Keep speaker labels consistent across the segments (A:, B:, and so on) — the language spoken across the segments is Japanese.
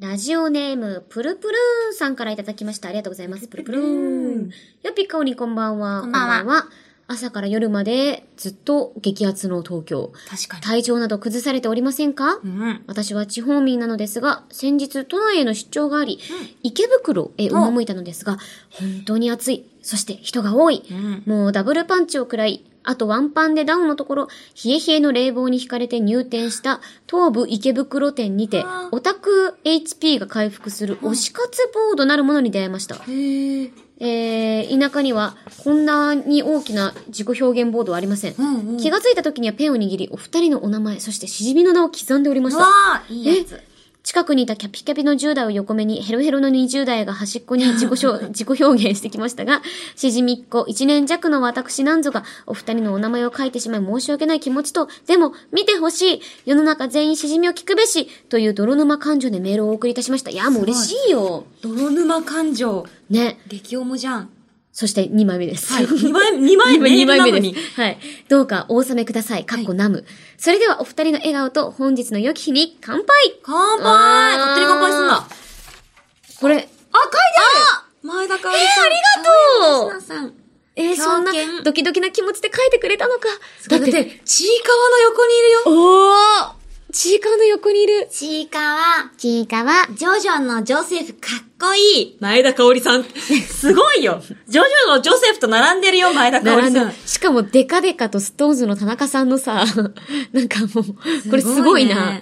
A: ラジオネーム、プルプルーンさんからいただきました。ありがとうございます。プルプルーン。よっぴっかおりんこんばんは。
B: こんばんは
A: 朝から夜までずっと激アツの東京。
B: 確かに。
A: 体調など崩されておりませんか、
B: うん。
A: 私は地方民なのですが、先日都内への出張があり、池袋へ赴いたのですが、本当に暑い。そして人が多い。
B: うん。
A: もうダブルパンチを食らい、あとワンパンでダウンのところ、冷え冷えの冷房に惹かれて入店した東武池袋店にて
B: あ、ー
A: オタク HP が回復する推し活ボードなるものに出会いました。
B: へえ。
A: えー、田舎にはこんなに大きな自己表現ボードはありません。
B: うんうん。
A: 気がついた時にはペンを握り、お二人のお名前、そしてしじみの名を刻んでおりまし
B: う
A: た
B: わ。あ、いいやつ。
A: 近くにいたキャピキャピの10代を横目に、ヘロヘロの20代が端っ こに自己しょ自己表現してきましたが、しじみっこ、1年弱の私なんぞが、お二人のお名前を書いてしまい申し訳ない気持ちと、でも、見てほしい世の中全員しじみを聞くべしという泥沼感情でメールをお送りいたしました。いや、もう嬉しいよ。
B: 泥沼感情。
A: ね。
B: 激重じゃん。
A: そして2枚目です。
B: はい。 二枚、二枚目。
A: 二
B: メールなのに
A: です。はい。どうかお納めください。かっこナム。それではお二人の笑顔と本日の良き日に乾杯
B: 乾杯
A: あー
B: 勝手に乾杯すんな。あ、
A: これ、
B: 書いてある前田香織さん。
A: えーありがとう
B: 青山さん。
A: えー、そんな
B: 狂犬
A: ドキドキな気持ちで書いてくれたのか。
B: だって、ちいかわの横にいるよ。
A: おーちいかわの横にいる。
B: ちいかわ、
A: ちいかわ。
B: ジョジョのジョセフかっこいい前田香織 さん。すごいよジョジョのジョセフと並んでるよ、前田香
A: 並
B: 織
A: ん
B: さん
A: だ。。しかも、デカデカとストーンズの田中さんのさ、 なんかもう、これすごいな。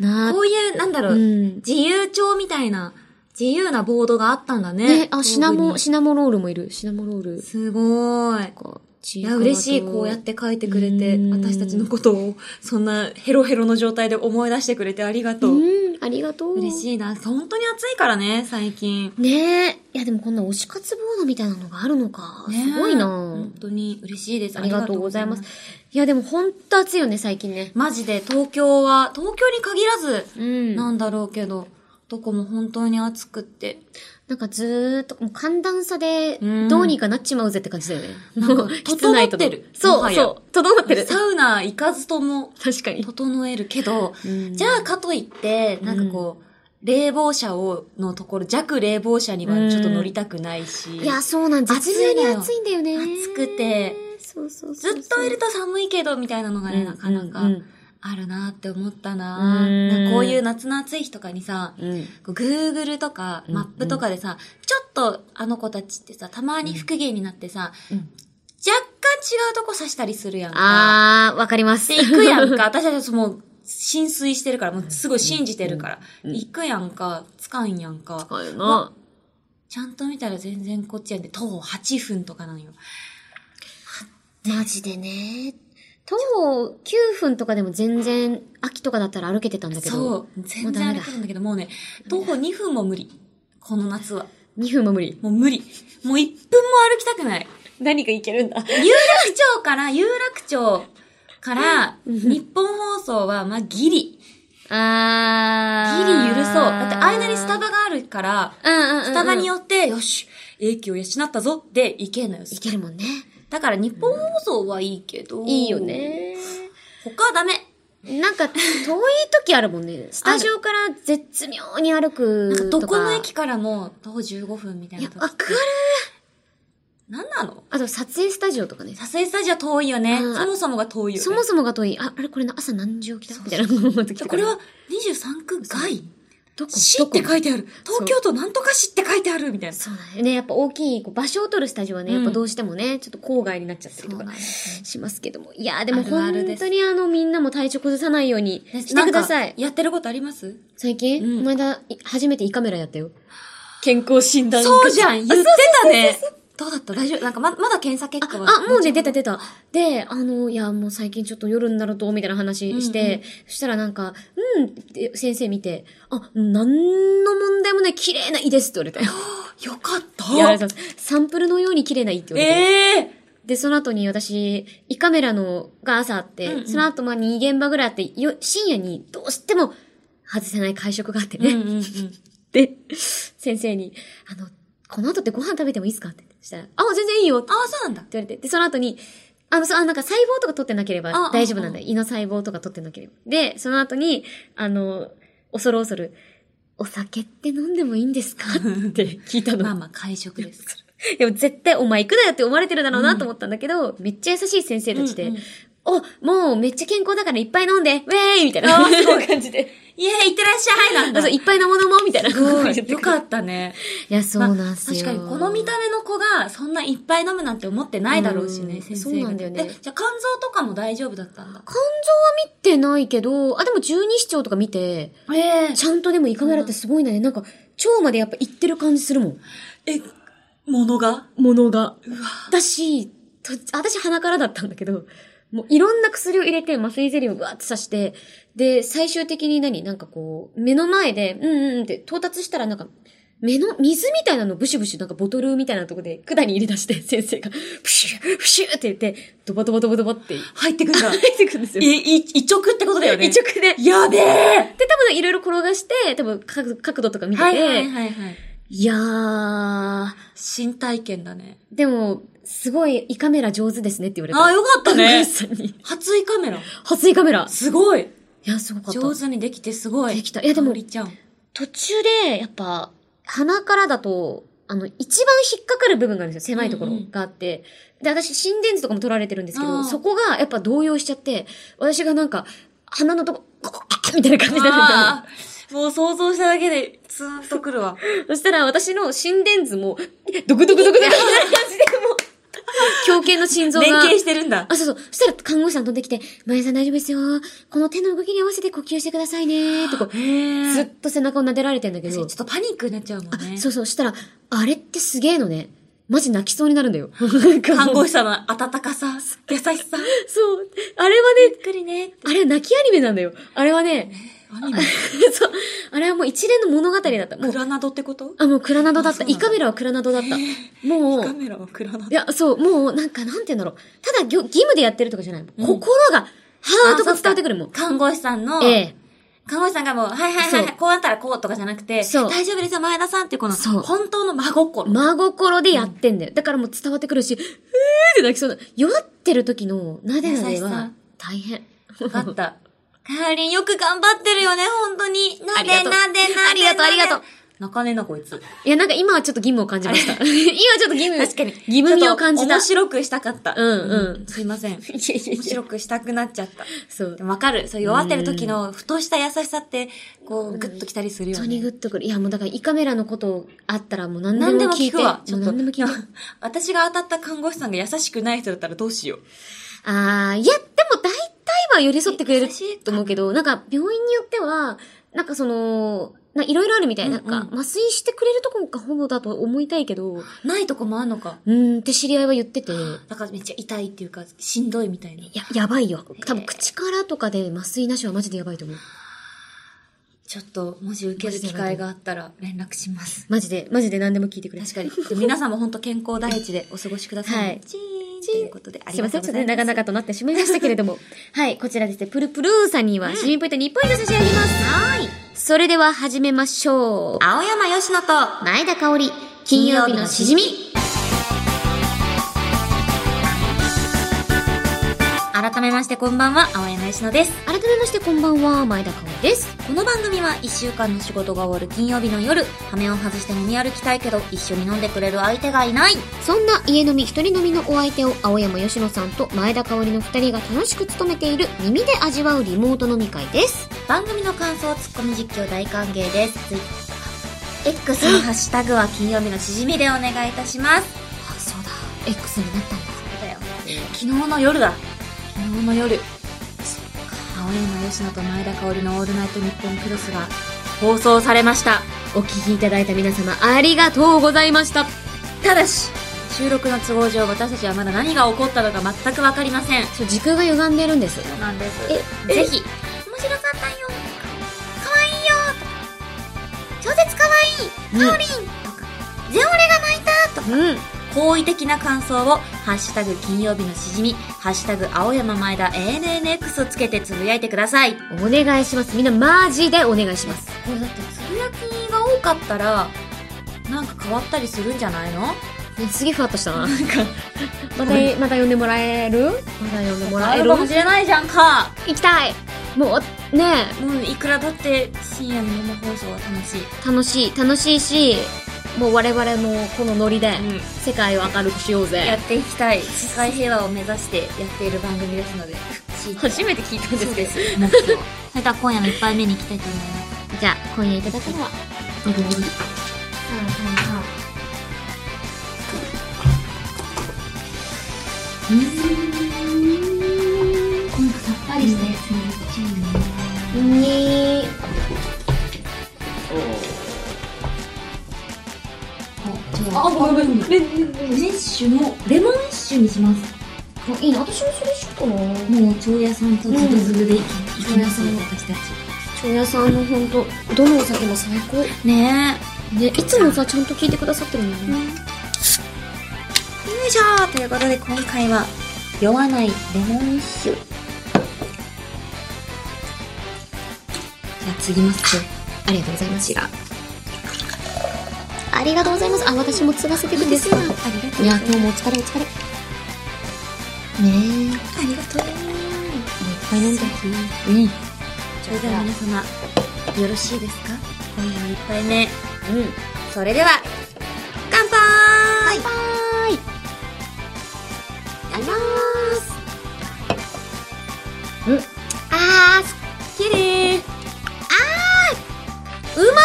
A: な
B: こういう、なんだろう、
A: うん
B: 自由帳みたいな、自由なボードがあったんだ
A: あ、
B: ね。
A: ね、あ、シナモ、
B: 東
A: シナモロールもいる。シナモロール
B: 部に。すごい。
A: か
B: い
A: ちか
B: や、
A: わと
B: 嬉しい。こうやっ。て書いてくれて
A: う、ん
B: 私たちのことを、そんなヘロヘロの状態で思い出してくれてありがと
A: う
B: う。
A: ん、ありがとう。
B: 嬉しいな。本当に暑いからね、最近。
A: い。ねえ。いや、でもこんな推し活ボードみたいなのがあるのか。
B: ね
A: すごいな
B: 本当に嬉しいです。
A: ありがとうございます。いや、でもほんと暑いよね、最近ね。
B: マジで東京は、東京に限らず、
A: うん。
B: なんだろうけど、どこも本当に暑くって。
A: なんかずーっと、もう寒暖差で
B: うん、
A: どうにかなっちまうぜって感じだよね。
B: なん
A: も
B: か
A: う、室内と
B: 整ってるも
A: そ
B: は
A: う、
B: や
A: そう、整ってる。
B: サウナ行かずとも
A: 確かに。
B: 整えるけど、
A: うん
B: じゃあかといって、なんかこう、冷房車を、のところ、弱冷房車にはちょっと乗りたくないし、
A: いや、そうなんです。
B: 暑い
A: 絶
B: の
A: 妙に
B: よ
A: 暑いんだよね。
B: 暑くて。
A: そうそう
B: ず
A: そうそう。
B: っといると寒いけど、みたいなのがね、
A: うん
B: なかなか
A: うん
B: あるなって思ったな、
A: うん
B: なんかこういう夏の暑い日とかにさ、
A: うん。
B: こう Google とかマップとかでさ、ちょっとあの子たちってさ、たまに不機嫌になってさ、
A: うん
B: 若干違うとこ刺したりするやんか。
A: あー、わかります。
B: で、行くや んか。私たちもう、浸水してるから、もうすごい信じてるから。行くやんか、つかんやんか。
A: こういうの。
B: ちゃんと見たら全然こっちやんで、徒歩8分とかなんよ。
A: マジでね。徒歩9分とかでも全然、秋とかだったら歩けてたんだけ
B: そ
A: ど、
B: う。全然歩けるんだけど、もうね、徒歩2分も無理。この夏は。
A: 2分も無理。
B: もう無理。もう1分も歩きたくない。
A: 何かいけるんだ。
B: 有楽町から、有楽町から、日本放送は、まあ、ギリ。ギリ
A: あー。
B: 許そう。だって、間にスタバがあるから、
A: うんうんうんうん
B: スタバによって、よし、英気を養ったぞって行けんのよ。
A: いけるもんね。
B: だから、日本放送はいいけど。
A: いいよ。ね。
B: 他はダメ。
A: なんか、遠い時あるもんね。スタジオから絶妙に歩
B: なんか
A: くと
B: ど
A: か。
B: この駅からも、徒歩15分みたい
A: い
B: な
A: や、
B: 時。
A: わかる。
B: なんなの
A: あと、撮影スタジオとかね。
B: 撮影スタジオ遠いよね。
A: うん
B: そもそもが遠いよね。
A: そもそもが遠い。あ、あれこれな朝何時起きたみたいな時とかね
B: これは、23区外
A: どこ
B: 市
A: ど
B: っ
A: こ
B: て書いてある。東京都なんとか市って書いてあるみたいな。
A: そうだよね。やっぱ大きい、こう場所を取るスタジオはね、
B: うん
A: やっぱどうしてもね、ちょっと郊外になっちゃったりとか
B: そうなんです
A: しますけども。いやーでも
B: あるあるで
A: 本
B: す
A: 当にあの、みんなも体調崩さないようにしてくださ
B: な
A: い
B: んか。やってることあります
A: 最近、
B: う
A: こ
B: ん
A: の間、い初めて胃カメラやったよ。健康診断
B: そうじゃん言ってたねどうだった大丈夫なんかま、まだ検査結果は。
A: あ、もうね、出た出た。で、あの、いや、もう最近ちょっと夜になると、みたいな話して、
B: うんうん
A: そしたらなんか、うんって先生見て、あ、なんの問題もない、綺麗な胃ですって言われたよ。
B: よかった。
A: いやあれだサンプルのように綺麗な胃って言われて。
B: ええ
A: で、その後に私、胃カメラのが朝あって、
B: うんうん
A: その後まあ2現場ぐらいあって、よ深夜にどうしても外せない会食があって
B: う
A: ね。
B: んうんうん。
A: で、先生に、あの、この後ってご飯食べてもいいですかってしたら、あ、全然いいよって
B: ああ、そうなんだ
A: っ。て言われて、で、その後に、あの、そう、あなんか細胞とか取ってなければ
B: あ
A: 大丈夫なんだ
B: あ
A: よ。胃の細胞とか取ってなければ。で、その後に、あの、恐る恐る、お酒って飲んでもいいん ですかって聞いたの。
B: まあまあ会食ですか
A: でも絶対お前行くなよって思われてるだろうなと思ったんだけど、めっちゃ優しい先生たちで、
B: うんうん
A: お、もうめっちゃ健康だからいっぱい飲んで、ウェーイみたいな
B: あーすごい
A: 感じで。
B: ら。いえ、いってらっしゃいな ん
A: あ
B: だ。
A: そういっぱい飲もう飲もうみ たいな。
B: すごい。よか
A: い
B: ったね。
A: や、そうなんす
B: 確
A: よ。
B: かに、この見た目の子が、そんないっぱい飲むなんて思ってないだろうしね、
A: うん
B: 先生
A: そうなんだよね
B: え、じゃあ肝臓とかも大丈夫だったんだ。
A: 肝臓は見てないけど、あ、でも十二指腸とか見て、
B: ええ
A: ちゃんとでも胃カメラってすごいんだね。なんか、腸までやっぱ行ってる感じするもん。
B: え、ものが
A: ものが。だし、と私鼻からだったんだけど、もういろんな薬を入れて麻酔ゼリーをわーって刺して、で、最終的に何なんかこう、目の前で、うんうんうんって到達したらなんか、目の、水みたいなのブシュブシュ、なんかボトルみたいなとこで管に入れ出して、先生が、プシュープシューって言って、ドバドバドバドバって
B: 入ってくんだ
A: 入。ってくんです
B: え、
A: よ。
B: い、一直ってことだよね。
A: 一直で。
B: やべえ
A: で、多分いろいろ転がして、多分角角度とか見てて、
B: はいいはいはいはい。
A: やー、
B: 新体験だね。
A: でも、すごい胃カメラ上手ですねって言われた。
B: ああ、よかった
A: 看護
B: ね
A: 師。さんに。
B: 初胃カメラ。
A: 初胃カメラ。
B: すごい。
A: いや、すごかった。
B: 上手にできてすごい。
A: できたいやでも
B: かおりちゃん。
A: 途中で、やっぱ、鼻からだと、あの、一番引っかかる部分があるんですよ。狭いところがあって。で、私、心電図とかも取られてるんですけ
B: あ
A: ど、
B: ー
A: そこがやっぱ動揺しちゃって、私がなんか、鼻のとこ、ここ、あみたいな感じになるんだ
B: ああ、もう想像しただけで、ツーンとく るわ。
A: そしたら私の心電図も、ドクドクドクドクみたいな感じで、もう、狂犬の心臓が。
B: 連携してるん だ。
A: あ、そうそう。そしたら看護師さん飛んできて、まゆさん大丈夫ですよ。この手の動きに合わせて呼吸してくださいね。とか、
B: へえ。
A: ずっと背中を撫でられてんだけ
B: 確か
A: ど
B: にちょっ。とパニックになっちゃうもんね。
A: そうそう。したら、あれってすげえのね。マジ泣きそうになるんだよ。なん かもう
B: 看護師さんの温かさ、優し
A: そ
B: さ。
A: う。あれはね、
B: ゆっくりね。
A: あれは泣きアニメなんだよ。あれはね、
B: アニメ
A: そう。あれはもう一連の物語だった。もう
B: グ、ラナドってこと
A: あ、もうクラナドだっ
B: あ
A: た。
B: そうなん
A: イ
B: だ
A: カメラはクラナドだった。も
B: カ
A: う、
B: メラはグラナ
A: い
B: ド。
A: や、そう、もう、なんか、なんて言うんだろう。ただぎょ、義務でやってるとかじゃない。心が、ハートが伝わってくるもん。
B: 看護師さんの、
A: ええ。
B: 看護師さんがもう、はいはいはい
A: そ
B: は
A: う
B: い、こうなったらこうとかじゃなくて、
A: そう
B: 大丈夫ですよ、前田さんっていうこの、
A: そう
B: 本当の真心。
A: 真心でやってんだよ。だからもう伝わってくるし、うーって泣きそうな。弱ってる時のなでな
B: 優
A: で
B: しさ
A: は大変。
B: わかった。カーリンよく頑張ってるよね、本当に。
A: あ
B: な
A: り
B: で
A: がと
B: なで
A: う
B: なで。
A: ありがとうありがとう。
B: 泣かねえな、こいつ。
A: いや、なんか今はちょっと義務を感じました。 今はちょっと義務。
B: 確かに。
A: 義務味を感じた。
B: 面白くしたかった。
A: うんうん
B: すいません。面
A: いやいやいや
B: 白くしたくなっちゃった。
A: そう
B: で。もわかる。そう、弱ってる時の、ふとした優しさって、こう、ぐっときたりするよ
A: 本当
B: ね。
A: にグッとくる。いや、もうだから胃カメラのことあったらもう何
B: 何
A: で
B: で
A: も
B: も
A: 聞い
B: 聞
A: て。
B: くわ。ち
A: も
B: ょ
A: う
B: っと
A: 何でも聞いて。
B: 私が当たった看護師さんが優しくない人だったらどうしよう。
A: あー、いや、でも大体は寄り添ってくれる
B: 優しいか
A: と思うけど、なんか病院によっては、なんかその、ないろいろあるみたい。なん
B: うん
A: か、麻酔してくれるとこがほぼだと思いたいけど、う
B: ないとこもあんのか。
A: ーんって知り合いは言ってて。
B: だからめっちゃ痛いっていうか、しんどいみたいな。
A: や、やばいよ。多分口からとかで麻酔なしはマジでやばいと思う。
B: ちょっと、もし受ける機会があったら連絡します。
A: マジで、マジで何でも聞いてくれ。
B: 確か に。で皆さんも本当健康第一でお過ごしください。
A: はい
B: チーンということで、あ
A: す
B: り
A: いま
B: が
A: せ
B: と
A: ん、ちょっと
B: うござい
A: ね、
B: ます。
A: 長々となってしまいましたけれども。 はい、こちらですね、プルプルーさんには、市民ポイント2ポイント差し上げます。
B: はい。
A: それでは始めましょう。
B: 青山よしのと、
A: 前田香織、金曜日のしじみ。
B: 改めましてこんばんは、青山よしのです。
A: 改めましてこんばんは、前田香織です。
B: この番組は1週間の仕事が終わる金曜日の夜、羽目を外して飲み歩きたいけど、一緒に飲んでくれる相手がいない。
A: そんな家飲み一人飲みのお相手を青山吉野さんと前田香織の二人が楽しく務めている耳で味わうリモート飲み会です。
B: 番組の感想、ツッコミ実況大歓迎です。ツイ X の ハッシュタグは金曜日のしじみでお願いいたします。
A: あ、そうだ。X になったんだ。
B: だよ。昨日の夜だ。昨日の夜。青山よしのと前田香織のオールナイトニッポンクロスが放送されました。
A: お聞きいただいた皆様ありがとうございました。
B: ただし、収録の都合上私たちはまだ何が起こったのか全くわかりません。
A: そう、時空が歪んでるんです。
B: なんです。
A: え
B: ぜひ。面白かったよ。かわいいよ。超絶かわいい。
A: うん
B: かおりん。とか、ゼオレが泣いた。とか、
A: うん。
B: 好意的な感想を、ハッシュタグ金曜日のしじみ、ハッシュタグ青山前田 ANNX をつけてつぶやいてください。
A: お願いします。みんなマジでお願いします。
B: これだってつぶやきが多かったら、なんか変わったりするんじゃないの
A: ねすげえふわっとしたな。
B: なんか、
A: また、また呼んでもらえるまた呼んでもらえ
B: あ
A: る
B: るかもしれないじゃんか。
A: 行きたいもう、ね
B: もういくらだって深夜の生放送は楽しい。
A: え、楽しい、楽しいし、もう我々もこのノリで、
B: うん
A: 世界を明るくしよう
B: や
A: ぜ
B: っ。ていきたい。世界平和を目指してやっている番組ですので。
A: 初めて聞いたんですけど。
B: 目標。それでは今夜の一杯目に行きたいと思います。
A: じゃあ、今夜いただくのは、
B: ビリビリ。
C: このさっぱりしたやつもめっちゃいいね。
A: に
C: じゃあ、ごめんごめん。ディッシュのレモンッシュにします。
A: いいな、私もそれしようかな。
C: もう、蝶屋さんとズブズブでいき
A: うん
C: ますよ、私たち。
A: 長屋さんも本当どのお酒も最高。
B: ね
A: ね、いつもさ、ちゃんと聞いてくださってるもん
B: え。
A: ね。
B: よいしょーということで今回は、酔わないレモン酒。じゃあ次ますよ。
A: ありがとうございます。ありがとうございます。あ、私も継がせてくれてさ。
B: ありがとう。
A: いや、今日もお疲れお疲れ。ねえ、いっ
B: ありがとう。
A: ぱい飲んで。
B: うん。それでは皆様、
A: よろしいですか
B: 今夜の一杯目。
A: うん。
B: それでは、乾杯
A: バイバイいただきますうん。あー、すっきりー。あーうま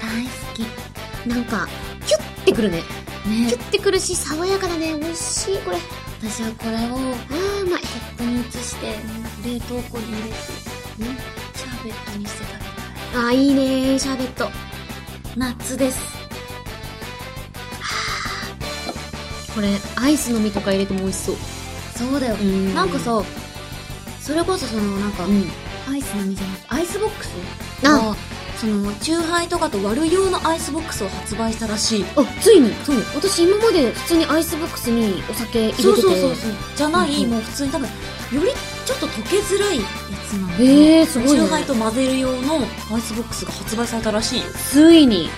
B: 大好き。
A: なんか、キュッてくるね。キ
B: ね
A: ュッてくるし、爽やかだね。美味しい、これ。あ
B: 私はこれを
A: ー、うまい。
B: コップに移して、冷凍庫に入れて、シャーベットにして食べた
A: あー、いいねー、シャーベット。
B: い。夏です。
A: これ、アイスの実とか入れても美味しそう。
B: そうだよ。
A: ん
B: なんか、さ、それこそその、なんか
A: う、ん。
B: アイスの実じゃなくて、アイスボックス
A: あ、
B: が、その、チューハイとかと割る用のアイスボックスを発売したらしい。
A: あ、ついに。
B: そう。
A: 私今まで普通にアイスボックスにお酒入れてて。
B: そうそうそうそうじゃない、
A: うん
B: もう普通に多分よりちょっと溶けづらいやつなのかな
A: えー、すごい
B: 酎
A: ね。
B: ハイと混ぜる用のアイスボックスが発売されたらしいよ
A: ついに、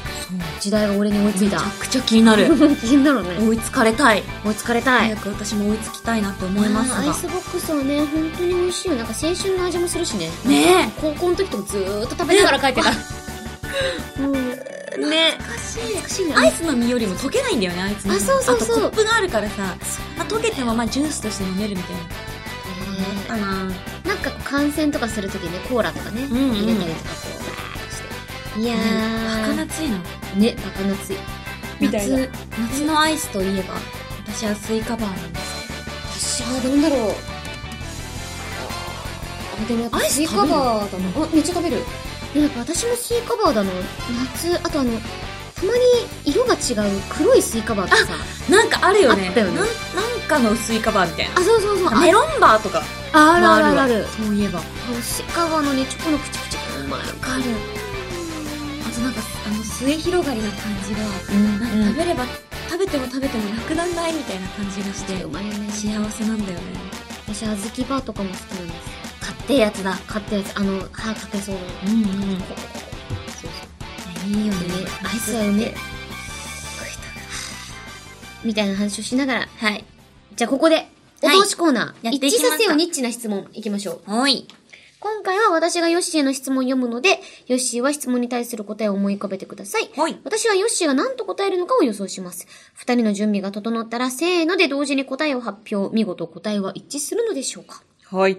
A: 時代が俺に追いつい
B: め
A: た
B: ちゃ。くちゃ気になる
A: 危険だろうね。
B: 追いつかれたい
A: 追いつかれたい
B: 早。く私も追いつきたいなと思います
A: あーアイ
B: が
A: スボックスはね、本当に美味しいよ。なんか青春の味もするしね。
B: ね
A: 高校の時とかずーっと食べながら帰 ってた。もう、
B: え ね
A: 難しい。難しいね。
B: アイスの実よりも溶けないんだよねあいつの実
A: あそうそうそう
B: あとコップがあるからさ、まあ、溶けてもまあジュースとして飲めるみたいな
A: ね
B: あな
A: なんかこう感染とかするときね、コーラとかね、
B: んうん
A: 入れたりとかこう、わーってして。いやー、
B: 儚ついの
A: ね、バカ夏い。
B: みたいな
A: 夏
B: 夏のアイスといえば私はスイカバーなんで
A: 私
B: す
A: はどうだろう。あでもやっぱ
B: アイス
A: スイカ
B: 食べる
A: バーだな。あ、めっちゃ食べる。でもやっぱ私もスイカバーだな。夏、あとあの、たまに色が違う黒いスイカバーってさ。
B: なんかあるよね
A: あったよね
B: なんなんかのスイカバーみたいな
A: あ、そうそうそう。あ
B: メロンバーとか
A: ある
B: も
A: あ
B: あ
A: る
B: る
A: ある
B: わ
A: ある。
B: そういえばわ
A: あのスイカバーのね、チョコのプチプチ。うまい。
B: かるあとなんかあの末広がりな感じが
A: うん
B: なんか食べれば、食べても食べてもなくならないみたいな感じがして
A: うまいよね。
B: 幸せなんだよね
A: 私、あずきバーとかも好きなんですよ。
B: 買ってやつだ
A: 買ったやつ、あの、歯かけそうな。
B: うんうん
A: そうそ
B: いいよね
A: う。ね、アイスはうめえ。みたいな話をしながら、
B: はい
A: じゃあここで、お
B: はい
A: 通しコーナー、
B: やってい
A: 一
B: き
A: 致
B: ますか
A: させようニッチな質問いきましょう。
B: おい
A: 今回は私がヨッシーへの質問を読むので、ヨッシーは質問に対する答えを思い浮かべてください。
B: おい
A: 私はヨッシーが何と答えるのかを予想します。二人の準備が整ったら、せーので同時に答えを発表。見事答えは一致するのでしょうか
B: はい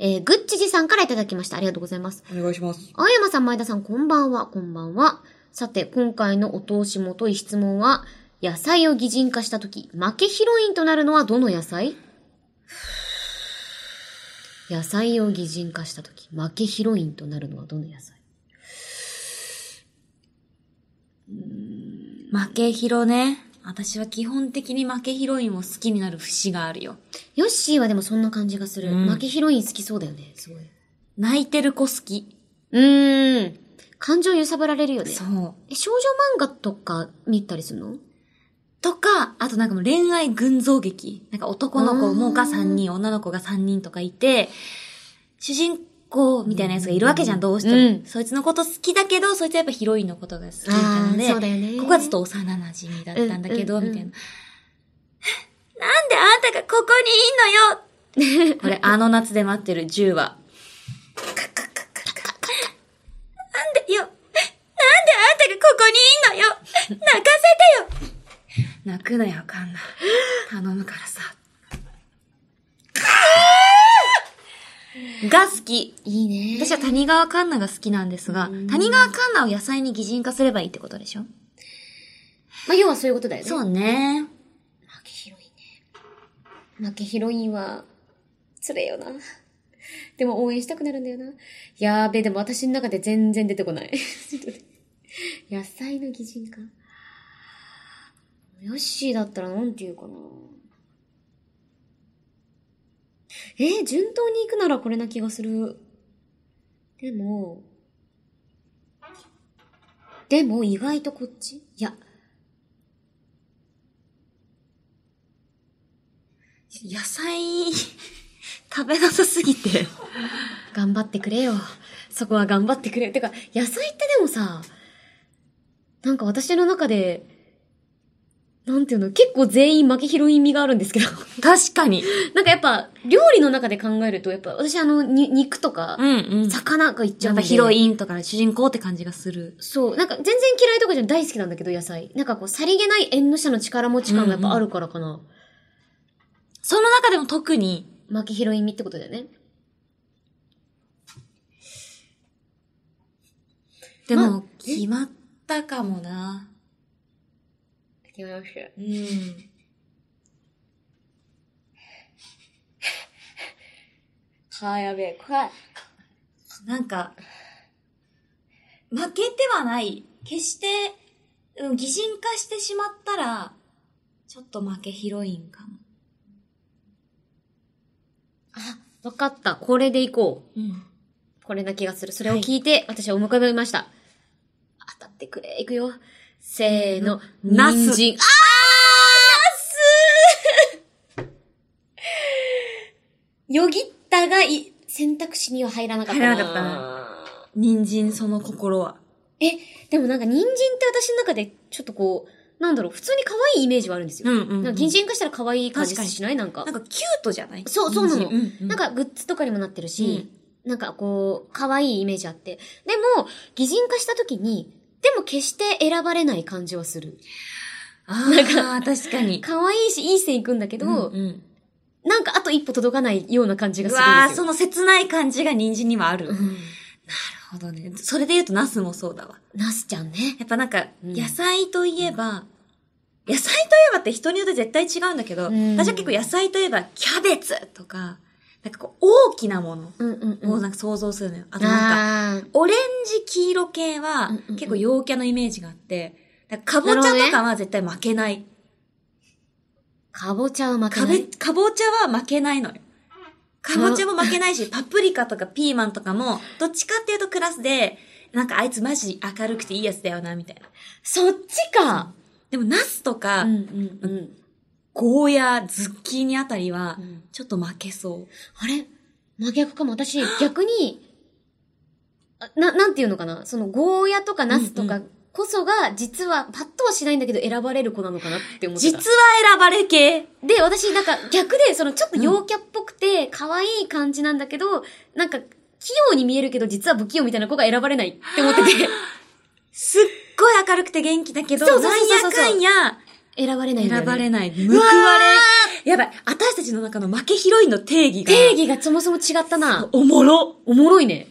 A: えー、ぐっちじさんからいただきました。ありがとうございます。
B: お願いします
A: 青山さん、前田さん、こんばんは、こんばんは。さて、今回のお通しもとい質問は、野菜を擬人化したとき、負けヒロインとなるのはどの野菜野菜を擬人化したとき、負けヒロインとなるのはどの野菜
B: 負けヒロね私は基本的に負けヒロインを好きになる節があるよ
A: ヨッシーはでもそんな感じがする。
B: うん
A: 負けヒロイン好きそうだよね、すごい。
B: 泣いてる子好き
A: うーん。感情揺さぶられるよね。
B: そう
A: え、少女漫画とか見たりするの
B: とか、あとなんかもう恋愛群像劇。なんか男の子もが3人、女の子が3人とかいて、主人公みたいなやつがいるわけじゃん、どうしても。
A: うん
B: そいつのこと好きだけど、そいつはやっぱヒロインのことが好きみたいな
A: あ
B: の
A: あー、
B: で、
A: そうだよね。
B: ここはちょっと幼馴染だったんだけど、
A: うんうんうん
B: みたいな。なんであんたがここにいんのよこれ、あの夏で待ってる10話。
A: こにいんのよ泣かせてよ
B: 泣くなよ、カンナ。頼むからさ。が好き。
A: いいね。
B: 私は谷川カンナが好きなんですが、谷川カンナを野菜に擬人化すればいいってことでしょ
A: まあ、要はそういうことだよね。
B: そうね。
A: 負けヒロインね。負けヒロインは、つれえよな。でも応援したくなるんだよな。やーべ、でも私の中で全然出てこない。 ちょっと待って野菜の擬人化。ヨッシーだったらなんて言うかな。えー、順当に行くならこれな気がする。でも、でも意外とこっちいや、
B: 野菜、 食べなさすぎて。
A: 頑張ってくれよ。そこは頑張ってくれ。てか、野菜ってでもさ、なんか私の中で、なんていうの、結構全員負けヒロイン味があるんですけど。
B: 確かに。
A: なんかやっぱ、料理の中で考えると、やっぱ私あの、に肉とか、
B: んうんさ
A: 魚がいっちゃ
B: や
A: うん
B: っぱ
A: で。
B: ヒロインとか主人公って感じがする。
A: そう。なんか全然嫌いとかじゃない大好きなんだけど、野菜。なんかこう、さりげない縁の下の力持ち感がやっぱあるからかな。
B: その中でも特に、
A: 負けヒロイン味ってことだよね。
B: で
A: ま
B: も、決まったかもな。うん。
A: はやべえ、怖い。
B: なんか、負けてはない。決して、うん、擬人化してしまったら、ちょっと負けヒロインかも。
A: あ、わかった。これでいこう。
B: うん。
A: これな気がする。それを聞いて、私は思い浮かべました。当たってくれ、いくよ。せーの、
B: ナ
A: 人
B: ス
A: 参。あーすーよぎったがい、選択肢には入らなかったな。
B: 入らな人参その心は。
A: え、でもなんか人参って私の中でちょっとこう、なんだろう、普通に可愛いイメージはあるんですよ。
B: んう
A: なんか擬人化したら可愛い感じしないなんか
B: なん。かキュートじゃない
A: そう、そうなの。
B: 人参うんうん
A: なんかグッズとかにもなってるし、なんかこう、可愛いイメージあって。でも、擬人化した時に、でも決して選ばれない感じはする。
B: ああ、確かに。
A: 可愛いし、いい線いくんだけど、
B: うんうん
A: なんかあと一歩届かないような感じが
B: う
A: す
B: わ
A: るん
B: あ、
A: です
B: そ
A: よ。
B: の切ない感じが人参にはある。なる
A: うん
B: ほどね。それで言うとナスもそうだわ。
A: ナスちゃんね。
B: やっぱなんか、
A: うん
B: 野菜といえば、野菜といえばって人によって絶対違うんだけど、
A: うん
B: 私は結構野菜といえばキャベツとか、なんかこう大きなもの
A: うんうん
B: を
A: う。
B: なんんか想像するのよ。あとなんか、
A: あ
B: オレンジ黄色系は
A: うんうんうん
B: 結構陽キャのイメージがあって、だからかぼち
A: なるほど
B: ゃ
A: ね
B: とかは絶対負けない。
A: ー、かぼちゃは負け
B: か
A: な
B: べ、
A: い。
B: かぼちゃは負けないのよ。かぼちゃも負けないし、パプリカとかピーマンとかも、どっちかっていうとクラスで、なんかあいつマジ明るくていいやつだよな、みたいな。
A: そっちか
B: でもナスとか、
A: うんうんうん。
B: ゴーヤ、ズッキーニあたりは
A: うん、
B: ちょっと負けそう。
A: あれ真逆かも。 私、逆に、あな、なんていうのかなその、ゴーヤとかナスと
B: う
A: か
B: ん
A: こそが、実は、パッとはしないんだけど、選ばれる子なのかなって思って
B: 実
A: た。
B: は選ばれ系。
A: で、私、なんか、逆で、その、ちょっと陽キャっぽくて、可愛い感じなんだけど、なんか、器用に見えるけど、実は不器用みたいな子が選ばれないって思ってて、
B: すっごい明るくて元気だけど、
A: そう
B: な
A: そうんそうそう
B: やかんや、
A: 選ばれないんだよ
B: 選
A: ね
B: ばれない。報われ。やばい。私たちの中の負けヒロインの定義が、
A: 定義がそもそも違ったな。
B: おもろ。
A: おもろいね。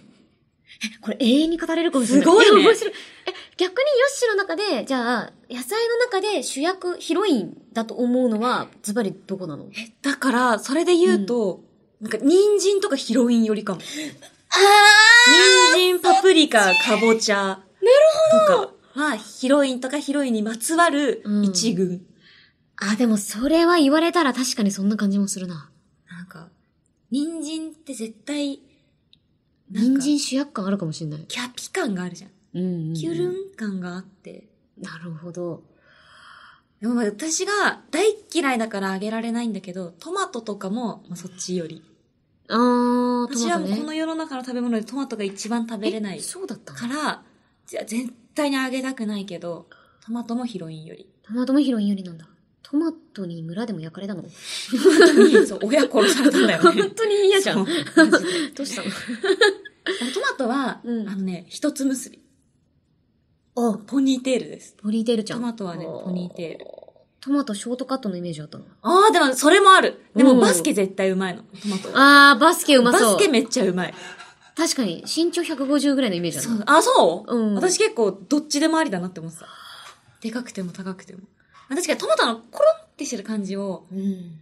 A: え、これ永遠に語れるかもしれない。
B: すごいね
A: や面白い。え、逆にヨッシーの中で、じゃあ、野菜の中で主役、ヒロインだと思うのは、ズバリどこなの
B: えだから、それで言うと、なんか、人参とかヒロインよりかも。人参、パプリカ、かぼちゃ。なるほど。とかは、ヒロインとかヒロインにまつわる
A: うん
B: 一群。
A: あ、でもそれは言われたら確かにそんな感じもするな。
B: なんか、人参って絶対、な
A: 人
B: んか
A: 参主役感あるかもしれない。
B: キャピ感があるじゃん。
A: うんうんうん
B: キュルン感があって。
A: なるほど。
B: でもまあ私が大嫌いだからあげられないんだけど、トマトとかも、まあ、そっちより。
A: あー、ト
B: 私
A: マ
B: は
A: ト
B: もう
A: ね。
B: この世の中の食べ物でトマトが一番食べれない
A: え。そうだったの
B: から、じゃあ絶対にあげたくないけど、トマトもヒロイン より。
A: トマトもヒロインよりなんだ。トマトに村でも焼かれ たの
B: そう、親殺されたんだよね
A: 本。当に 嫌じゃん。
B: そうマジ で
A: どうしたの
B: トマトは、
A: うん
B: あのね、一つ結び。
A: お
B: ポニーテールです。
A: ポニーテールちゃん。
B: トマトはね
A: お
B: ポニーテール。
A: トマトショートカットのイメージあったの。
B: ああ、でもそれもある。で
A: う
B: も
A: ん
B: バスケ絶対うまいの。トマト。
A: あー、バスケうま
B: バ
A: そう。
B: スケめっちゃうまい。
A: 確かに、身長150ぐらいのイメージある
B: そ
A: な。
B: う。あ、そう
A: うん
B: 私結構どっちでもありだなって思ってた。でかくても高くても。あ確かにトマトのコロンってしてる感じを、
A: うん。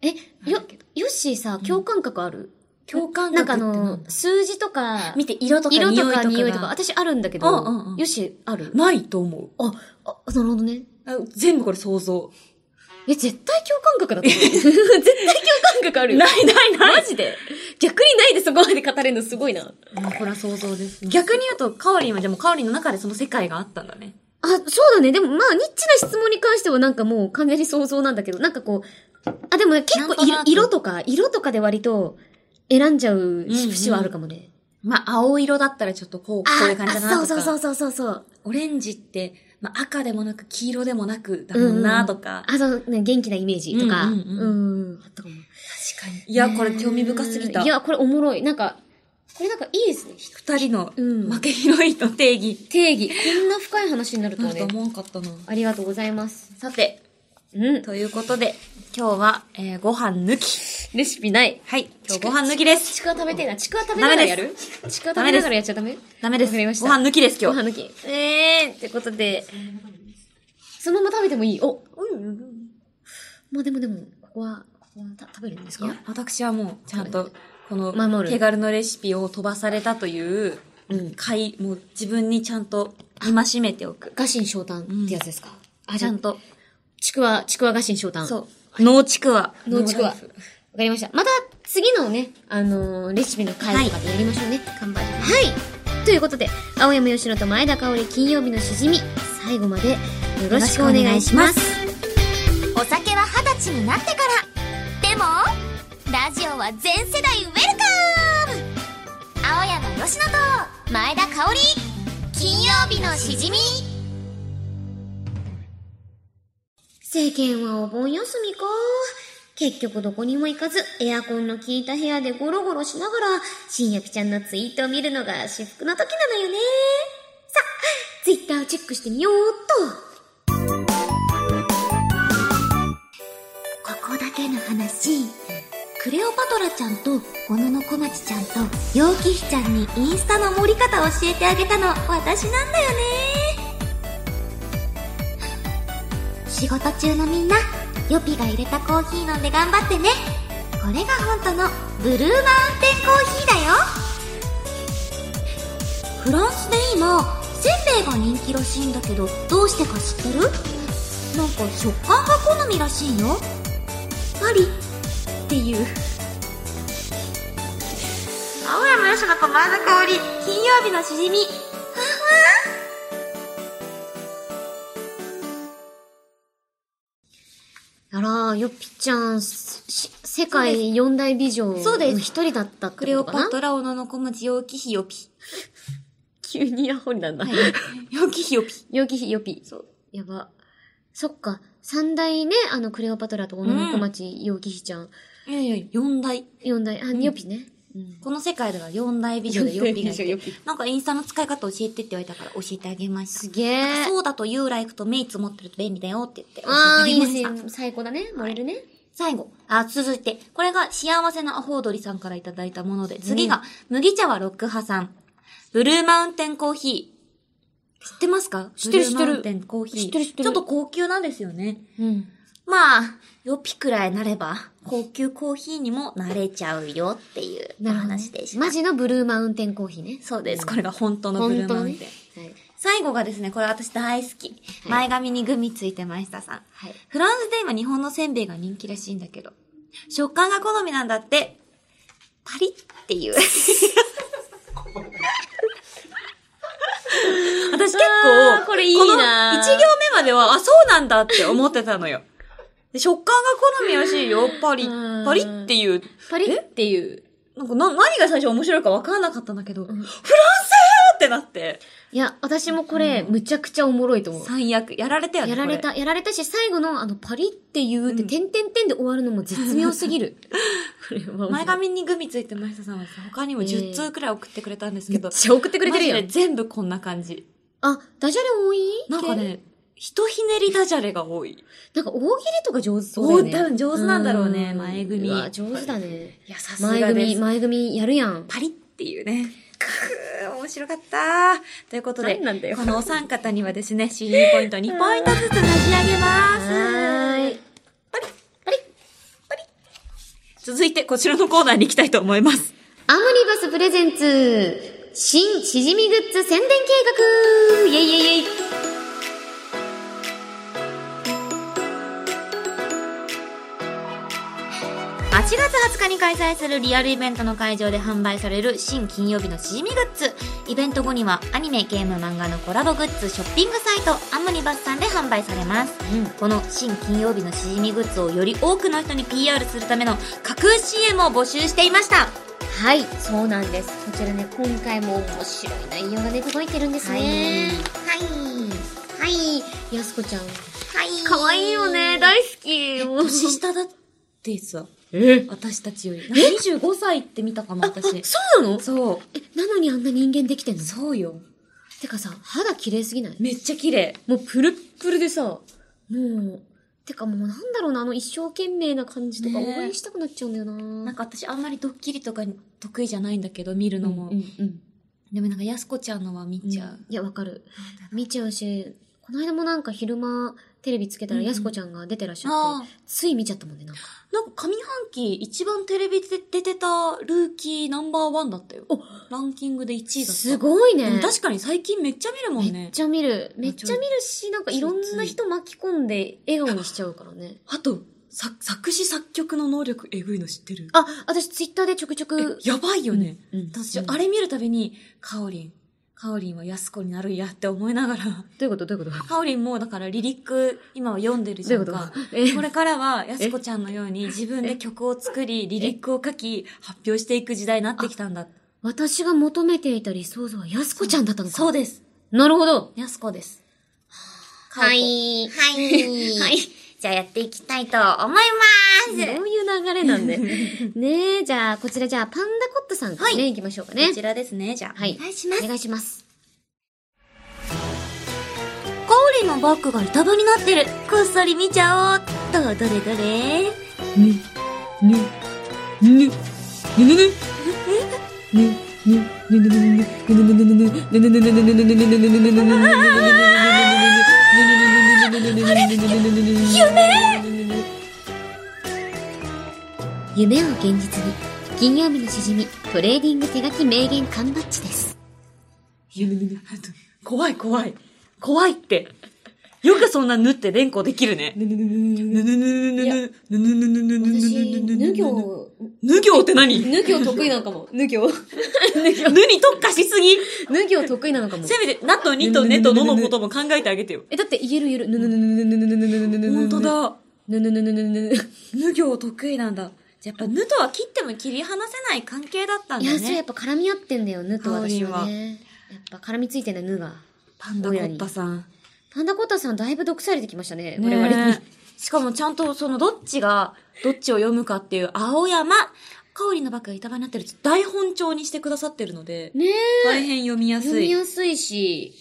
A: え、よ、ヨッシーさ、共感覚ある、
B: 共感
A: な
B: 覚
A: ん
B: っ
A: か
B: て
A: あ
B: なん
A: の、数字とか、
B: 見て色とか匂
A: 色
B: いと
A: と
B: か
A: か
B: が
A: 匂いとか、私あるんだけど、
B: うんうんうん
A: ヨッシーある、
B: ないと思う。
A: あ、あ、なるほどね。
B: あ全部これ想像。
A: え、絶対共感覚だった。 絶対共感覚あるよ。
B: ないないない
A: マジで。逆にないでそこまで語れるのすごいな。
B: もうこれは想像です。逆に言うと、カオリンはじゃあもうカオリンの中でその世界があったんだね。
A: あ、そうだね。でも、まあ、ニッチな質問に関してはなんかもう完全に想像なんだけど、なんかこう、あ、でもね、結構
B: なんとなく
A: い色とか、色とかで割と選んじゃう節はあるかもね。
B: まあ、青色だったらちょっとこう、こ
A: あ
B: ういう感じだなとか。
A: あそうそうそうそうそうそう。
B: オレンジって、まあ、赤でもなく黄色でもなくだもんなとか。
A: あ、そう、ね、元気なイメージとか。う
B: うんん
A: う
B: うん
A: う。
B: んうん
A: あったかも。
B: 確かに。いや、これ興味深すぎた。
A: いや、これおもろい。なんか、これなんかいいですね。
B: 二人の
A: うん
B: 負け広いの定義。
A: 定義。こんな深い話になると
B: な
A: は
B: んか
A: ね。
B: 思わんかったな。
A: ありがとうございます。
B: さて、
A: うん。
B: ということで、今日は、えー、ご飯抜き。
A: レシピない。
B: はい、今日ご飯抜きです。
A: ちくわ食べてえな。ちくわ食べながらやるちくわ食べながらやっちゃダメ
B: ダメです。
A: わかりました
B: ご飯抜きです、
A: ご
B: 今日。
A: 飯抜き。えー、ってことで、そのまま食べてもいい。お、まあでもでも、ここは、ここはた食べるんです
B: いや
A: か、
B: 私はもう、ちゃんと、この
A: 守、る
B: 手軽のレシピを飛ばされたという、
A: うん。
B: 回、もう自分にちゃんと、戒めておく。
A: ガシン昇胆ってやつですか、あ、
B: ち
A: じゃ
B: ゃ
A: あ
B: ん、と、
A: ちくわ、ちくわガシン昇胆。
B: そう。脳ちくわ。
A: 脳ちくわ。わ
B: ライ
A: か
B: フ
A: りました。また次のね、あのーレシピの回とかでやりましょうね。
B: 頑張ります。
A: はい。ということで、青山吉野と前田香織金曜日のしじみ、最後までよろしくお願いします。
D: お酒は二十歳になってからでもラジオは全世代ウェルカム青山佳乃と前田香織金曜日のしじみ
A: 世間はお盆休みか。結局どこにも行かず、エアコンの効いた部屋でゴロゴロしながら、新薬ちゃんのツイートを見るのが至福の時なのよね。さあ、ツイッターをチェックしてみようっと。
D: ここだけの話クレオパトラちゃんと小野の小町ちゃんと陽気ひちゃんにインスタの盛り方教えてあげたの私なんだよね仕事中のみんなヨピが入れたコーヒー飲んで頑張ってねこれが本当のブルーマウンテンコーヒーだよフランスで今せんべいが人気らしいんだけどどうしてか知ってるなんか食感が好みらしいよパリっていう青山よしのと前田香織金曜日のしじみ
A: あら、よっぴちゃん、し世界四大美女
B: そうで
A: の
B: す
A: 一人だったって
B: クレ
A: こ
B: オ
A: とかな
B: パトラ、オノの小町、陽気ひよぴ。
A: 急にアホになんだ。
B: 陽気ひよぴ。
A: よきひよぴ。そう。やば。そっか。三大ね、あの、クレオパトラと小野小町、よきひちゃん。
B: いやいや、四大。
A: 四大、あ、よぴね。
B: この世界では四大美女でヨッピが
A: 四
B: い
A: 大美女ヨ
B: て
A: ッピ、
B: なんかインスタの使い方教えてって言われたから教えてあげまし
A: す
B: た。
A: げえ。
B: そうだと You like とメイツ持ってると便利だよって言って教
A: ああ、
B: え
A: い
B: てあ
A: い
B: げま
A: で
B: し
A: すね。
B: た。
A: 最高だね。盛れるね。
B: 最後。あ、続いて。これが幸せなアホウドリさんからいただいたもので、次が、麦茶はロック派さん。ブルーマウンテンコーヒー。知ってますか
A: 知ってる
B: ブルーマウンテンコーヒー。
A: 知ってる知ってる
B: ちょっと高級なんですよね。
A: うん。
B: まあ、よっぴくらいなれば、高級コーヒーにもなれちゃうよっていうお
A: なるほどね
B: 話でした。
A: マジのブルーマウンテンコーヒーね。
B: そうです。これが本当のブルーマウンテン。
A: はい。
B: 最後がですね、これ私大好き。前髪にグミついてましたさん。
A: はい。
B: フランスで今日本のせんべいが人気らしいんだけど、食感が好みなんだって、パリっ ていう。私結
A: あー
B: 構、
A: これいいなー
B: この一行目までは、あ、そうなんだって思ってたのよ。で食感が好みらしいよ、パリ
A: う。ーん
B: パリっていう。
A: パリっていう。
B: なんかな何が最初面白いか分からなかったんだけど、フランスってなって。
A: いや、私もこれ、むちゃくちゃおもろいと思う。
B: 最悪。やられたよね。
A: やられ
B: こ
A: た、やられたし、最後のあの、パリっていうって、点々点で終わるのも絶妙すぎ る。これは
B: れ。前髪にグミついてましたさんはさ、他にも10通くらい送ってくれたんですけ
A: めっ
B: ど、
A: ちゃ送ってくれてるや
B: マジ
A: ん
B: で。全部こんな感じ。
A: あ、ダジャレ多い
B: なんか。ね、ひとひねりダジャレが多い。
A: なんか大喜利とか上手そうだ
B: お多
A: よね。
B: 分上手なんだろうね
A: ん
B: 前組
A: うわ上手だね。
B: いや、さ
A: 前組、前組やるやん。
B: パリっていうね。くー面白かったということで、
A: 何なんだよ
B: このお三方にはですね、CD ポイント2ポイントずつ差し上げま
A: は
B: す。
A: ーい。
B: 続いて、こちらのコーナーに行きたいと思います。
A: アムニバスプレゼンツ、新しじみグッズ宣伝計画イェイイェイイェイ
B: 8月20日に開催するリアルイベントの会場で販売される新金曜日のしじみグッズ。イベント後にはアニメ、ゲーム、漫画のコラボグッズ、ショッピングサイト、アムニバスさんで販売されます。この新金曜日のしじみグッズをより多くの人に PR するための架空 CM を募集していました。
A: はい、そうなんです。こちらね、今回も面白い内容がね、届いてるんですね。はい。はい。やすこちゃん。はい。かわいいよね。大好き。もう
B: 年下だってさ、
A: え
B: 私たちより。25歳って見たかも、私。
A: そうなの
B: そう。
A: え、なのにあんな人間できてんの
B: そうよ。
A: てかさ、肌綺麗すぎない
B: めっちゃ綺麗。
A: もうプルップルでさ、もう、てかもうなんだろうな、あの一生懸命な感じとか応
B: ねえ
A: 援したくなっちゃうんだよな。
B: なんか私あんまりドッキリとか得意じゃないんだけど、見るのも。
A: うんうん。
B: でもなんか、やすこちゃんのは見ちゃう。
A: いや、わかる。見ちゃうし、この間もなんか昼間テレビつけたら
B: うんうん
A: やすこちゃんが出てらっしゃっ
B: あ
A: て、つい見ちゃったもんね、なんか。
B: なんか上半期一番テレビで出てたルーキーナンバーワンだったよ
A: お。
B: ランキングで1位だった。
A: すごい
B: で
A: ね
B: も。確かに最近めっちゃ見るもん
A: めっ
B: ね。
A: ちゃ見る。めっちゃ見るし、なんかいろんな人巻き込んで笑顔にしちゃうからね。
B: あと、作作詞作曲の能力えぐいの知ってる
A: あ、私ツイッターでちょくちょく。
B: やばいよね。
A: うん
B: 私、あれ見るたびに、カオリン、カオリンは安子になるんやって思いながら、
A: どういうことどういうことど
B: カオリンもだからリリック今は読んでる
A: う
B: じ
A: い
B: ゃ
A: うんこと
B: か。
A: え
B: これからは安子ちゃんのように自分で曲を作り、リリックを書き、発表していく時代になってきたんだ。
A: 私が求めていた理想像はやすこちゃんだったのか。
B: そうです。
A: なるほど。
B: 安子です。
A: い。
D: はい。
A: はい。
D: じゃあやっていきたいと思いま
A: そういう流れなんで。ねえ、じゃあ、こちらじゃあ、パンダコットさんからね、行きましょうかね
B: こ。ちらですね、じゃあ。
A: はい。
D: 願いします
A: お願いします。
B: カオリンのバッグが板場になってる。こっそり見ちゃおうっと、どれどれ。ね、ね、ね、ね、ね、ね、ね、
A: 夢を現実に、金曜日のしじみ、トレーディング手書き名言缶バッジです。
B: 怖い怖い。怖いって。よくそんなぬって連呼できるね。ぬぬぬぬぬぬぬぬぬぬぬぬぬぬぬぬぬ行って何
A: ぬ行得意なのかも。ぬ行。
B: ぬに特化しすぎ
A: ぬ行得意なのかも。
B: せめて、なとにとねとののことも考えてあげてよ。
A: え、だって言える言える。ぬぬぬぬぬぬぬぬぬぬぬぬ
B: 本当。だ。
A: ぬぬぬぬぬぬぬ。
B: ぬ行得意なんだ。じゃあやっぱぬとは切っても切り離せない関係だったん
A: い
B: だ
A: や、そうや
B: ね
A: っ。ぱ絡み合ってんだよ、ぬと私はね。やっぱ絡みついてんだ、ぬが。
B: パンダコッパさん。
A: パンダコッタさんだいぶ毒されてきましたね、我
B: ね
A: 々に。
B: しかもちゃんとそのどっちが、どっちを読むかっていう、青山、香りのバッグが板場になってる、台本帳にしてくださってるの で、
A: ね
B: 大変読みや
A: 読
B: す
A: み
B: い。
A: やすいし、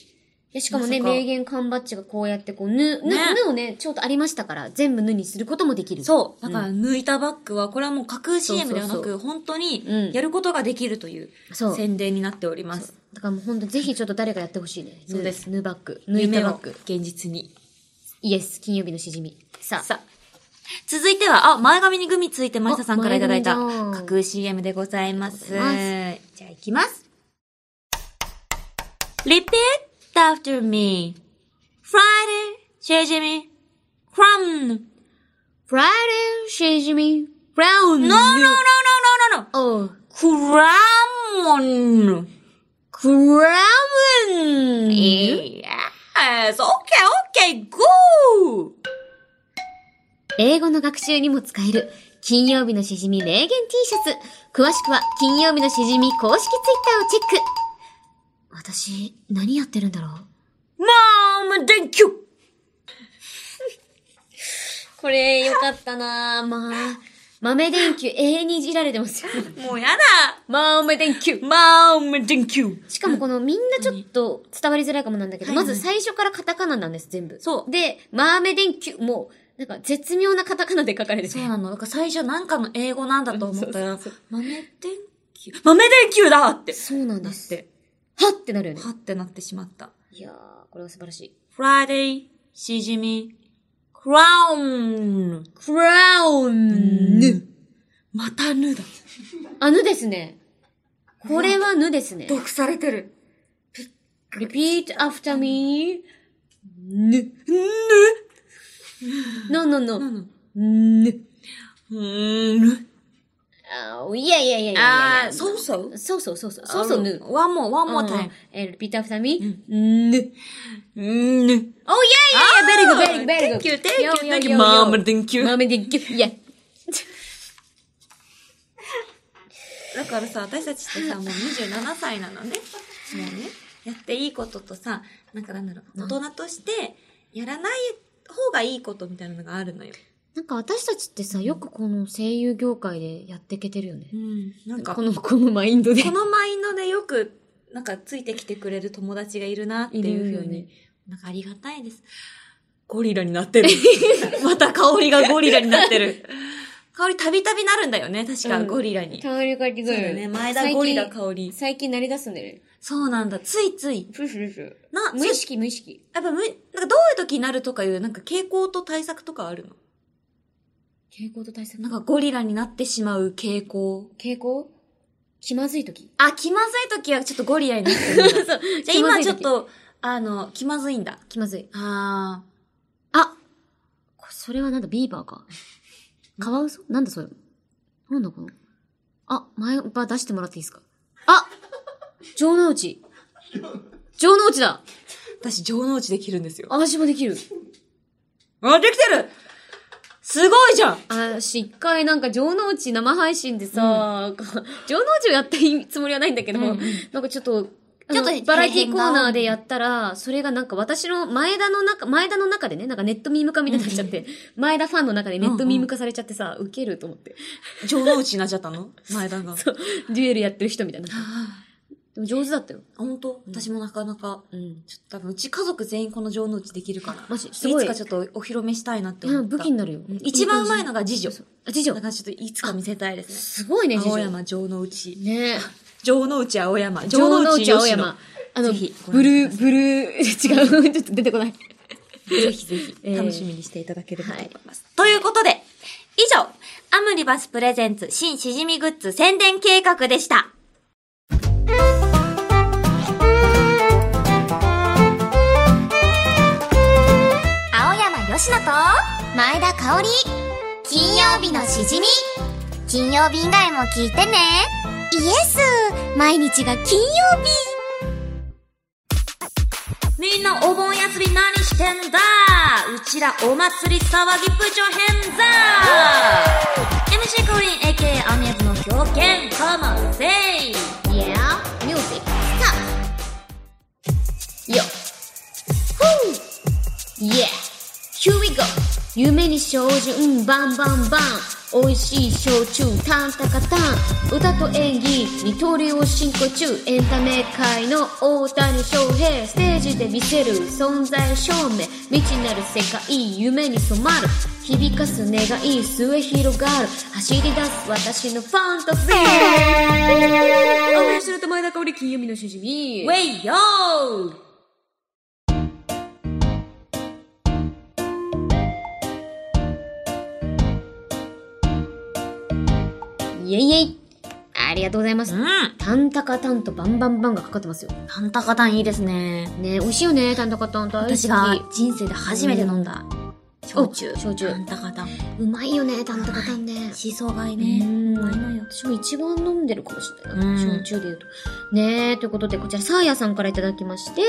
A: でしかもね、
B: まさか
A: 名言缶バッジがこうやってこう、ぬ、ぬ、
B: ね
A: ぬをね、ちょっとありましたから、全部ぬにすることもできる。
B: そう。
A: う
B: だ
A: ん
B: から、抜いたバッグは、これはもう架空 CM ではな
A: そうそう
B: く、本当
A: うん
B: に、やることができるという、
A: そう
B: 宣伝になっております。
A: だからもうほんと、ぜひちょっと誰かやってほしいね。
B: そうです
A: ぬ。ぬバッグ。ぬいた
B: 夢
A: バッ
B: を
A: グ。
B: 現実に。
A: イエス、金曜日のしじみ。さあ、
B: さあ。続いては、あ、前髪にグミついてましたさんからいただいた
A: あ前髪だ
B: 架空 CM でございます。
A: あ
B: じ
A: り
B: ゃ
A: がとうご
B: あ行きます。Repeat after me.Friday, シェジミ、Crown.
A: Friday しじみ、Brown!
B: No, no, no, no, no, no, no.
A: おう
B: Crown.
A: クラムン
B: Yes, okay, okay, go!
A: 英語の学習にも使える、金曜日のしじみ名言 T シャツ。詳しくは、金曜日のしじみ公式ツイッターをチェック。私、何やってるんだろう
B: Mom, thank you!
A: これ、よかったなぁ。まあ、豆電球永遠にいじられてます よ。
B: もうやだ
A: 豆電球
B: マーメ電球
A: しかもこのみんなちょっと伝わりづらいかもなんだけど、
B: はいは
A: ま
B: い
A: ず最初からカタカナなんです、全部。
B: そう
A: で、マーメ電球も、なんか絶妙なカタカナで書かれてて
B: そう。なの。なんか最初なんかの英語なんだと思ったら
A: そうそう、
B: 豆電球豆電球だって
A: そうなん
B: な
A: で
B: っ
A: す。
B: て、
A: はってなるよね
B: は。ってなってしまった。
A: いやー、これは素晴らしい。
B: フライデー、シジミ、クラウン、
A: クラウン
B: ぬ。またぬだ。
A: あ、ぬですね。これはぬですね。
B: 毒されてる。
A: repeat after me. ぬ。ぬ no, no, no.
B: なの。
A: ぬ。
B: うーん、ぬ。
A: あーいやいやいやいやいやいや。
B: あー、そうそう。
A: そうそうそうそう。そうそうぬ。
B: ワンモー、ワンモータイム。
A: えー、repeat after me. ぬ。
B: うーん、
A: Oh, yeah, yeah, yeah,
B: ぬ。
A: very good, very good, very good.
B: Thank you, thank you,
A: Yo, yo,
B: thank
A: yo,
B: you,
A: yo.
B: mom, thank you.
A: Mom, thank you. Yeah.
B: だからさ、私たちってさ、もう27歳なのね。もうね、やっていいこととさ、なんかなんだろう、大人として、やらない方がいいことみたいなのがあるのよ。
A: なんか私たちってさ、よくこの声優業界でやっていけてるよね。
B: ん。なんか、
A: こ
B: こ
A: の、このマインドで。
B: のマインドでよく、なんかついてきてくれる友達がいるなっていうふう
A: いるよ
B: に、なんかありがたいです。ゴリラになってる。 また香りがゴリラになって る。香りたびたびなるんだよね、確か、
A: うん
B: ゴリラに。
A: 香りがひ
B: そ
A: ど
B: う
A: いよ
B: だよね、前田ゴリラ香
A: 最近
B: り。
A: 最近鳴り出すんだよね。
B: そうなんだ、ついつい。
A: プルプルプル。
B: な、
A: 無意識無意識。
B: やっぱむ、なんかどういう時になるとかいう、なんか傾向と対策とかあるの
A: 傾向と対策。
B: なんかゴリラになってしまう傾向。
A: 傾向気まずい時。
B: あ、気まずい時はちょっとゴリラになってるんだ。じゃ あ
A: 気まず
B: 今
A: い時
B: ちょっと、あの、気まずいんだ。
A: 気まずい。
B: あ
A: あこそれはなんだ、ビーバーか。カワウソなんだそれ。なんだこの。あ、前歯出してもらっていいですかあ城之内。城之内だ
B: ー。私、城之内できるんですよ。
A: あ私もできる。
B: あ、できてるすごいじゃん
A: あ、私一回なんか城之内生配信でさ、城之内をやったつもりはないんだけど、
B: うんうん
A: なんかちょっと、あ
B: ちょ
A: の
B: っと
A: バラエティコーナーでやったら、それがなんか私の前田の中、前田の中でね、なんかネットミーム化みたいになっちゃって、前田ファンの中でネットミーム化されちゃってさ、ウケると思って。
B: 城之内になっちゃったの 前田が。
A: そう、デュエルやってる人みたいな。
B: あ
A: でも上手だったよ。
B: ー、本当私もなかなか。
A: うん。
B: ちょっと多分、うち家族全員この城之内できるから。
A: マジすごい
B: つかちょっとお披露目したいなって
A: い
B: 思
A: や、
B: った。
A: 武器になるよ
B: うん。一番うまいのが次女。
A: あ、次女
B: だか。らちょっといつか見せたいですね。
A: すごい ね、次
B: 青
A: 女。
B: 山城之内。
A: ねえ。
B: 城之内青山。
A: 城之内青
B: 吉野
A: 山。。あの、
B: ぜひご
A: ブル
B: 覧
A: ー、ブルー、違う、ちょっ と出てこない。
B: ぜひぜひ
A: えー
B: 楽しみにしていただければと思います。ということで、以上、アムリバスプレゼンツ新しじみグッズ宣伝計画でした。
D: 青山よしのと前田香織金曜日のしじみ金曜日以外も聞いてねイエス毎日が金曜日
B: みんなお盆休み何してんだうちらお祭り騒ぎ部長変だ !MC コリン AKA アミヤズの狂犬カマセイ
A: Yeah, music, stop! Yo! Woo! Yeah! Here we go! 夢に照準バンバンバン美味しい焼酎タンタカタン歌と演技二刀流を進行中エンタメ界の大谷翔平ステージで見せる存在証明未知なる世界夢に染まる響かす願い末広がる走り出す私のファンタジー青森白と前田香織金曜日のしじみ
B: ウェイヨー
A: イェイイェイありがとうございます。
B: うん
A: タンタカタンとバンバンバンがかかってますよ。
B: タンタカタンいいですね。
A: ね美味しいよね、タンタカタン大好き。
B: 私が人生で初めて飲んだ焼酎
A: お焼酎
B: タンタカタン
A: うまいよね、タンタカタンね。
B: シソがいいうね
A: ん
B: うまいのよ
A: 私も一番飲んでるかもしれないな、
B: うん
A: 焼酎で言うと。ねえ、ということで、こちら、サーヤさんからいただきまして、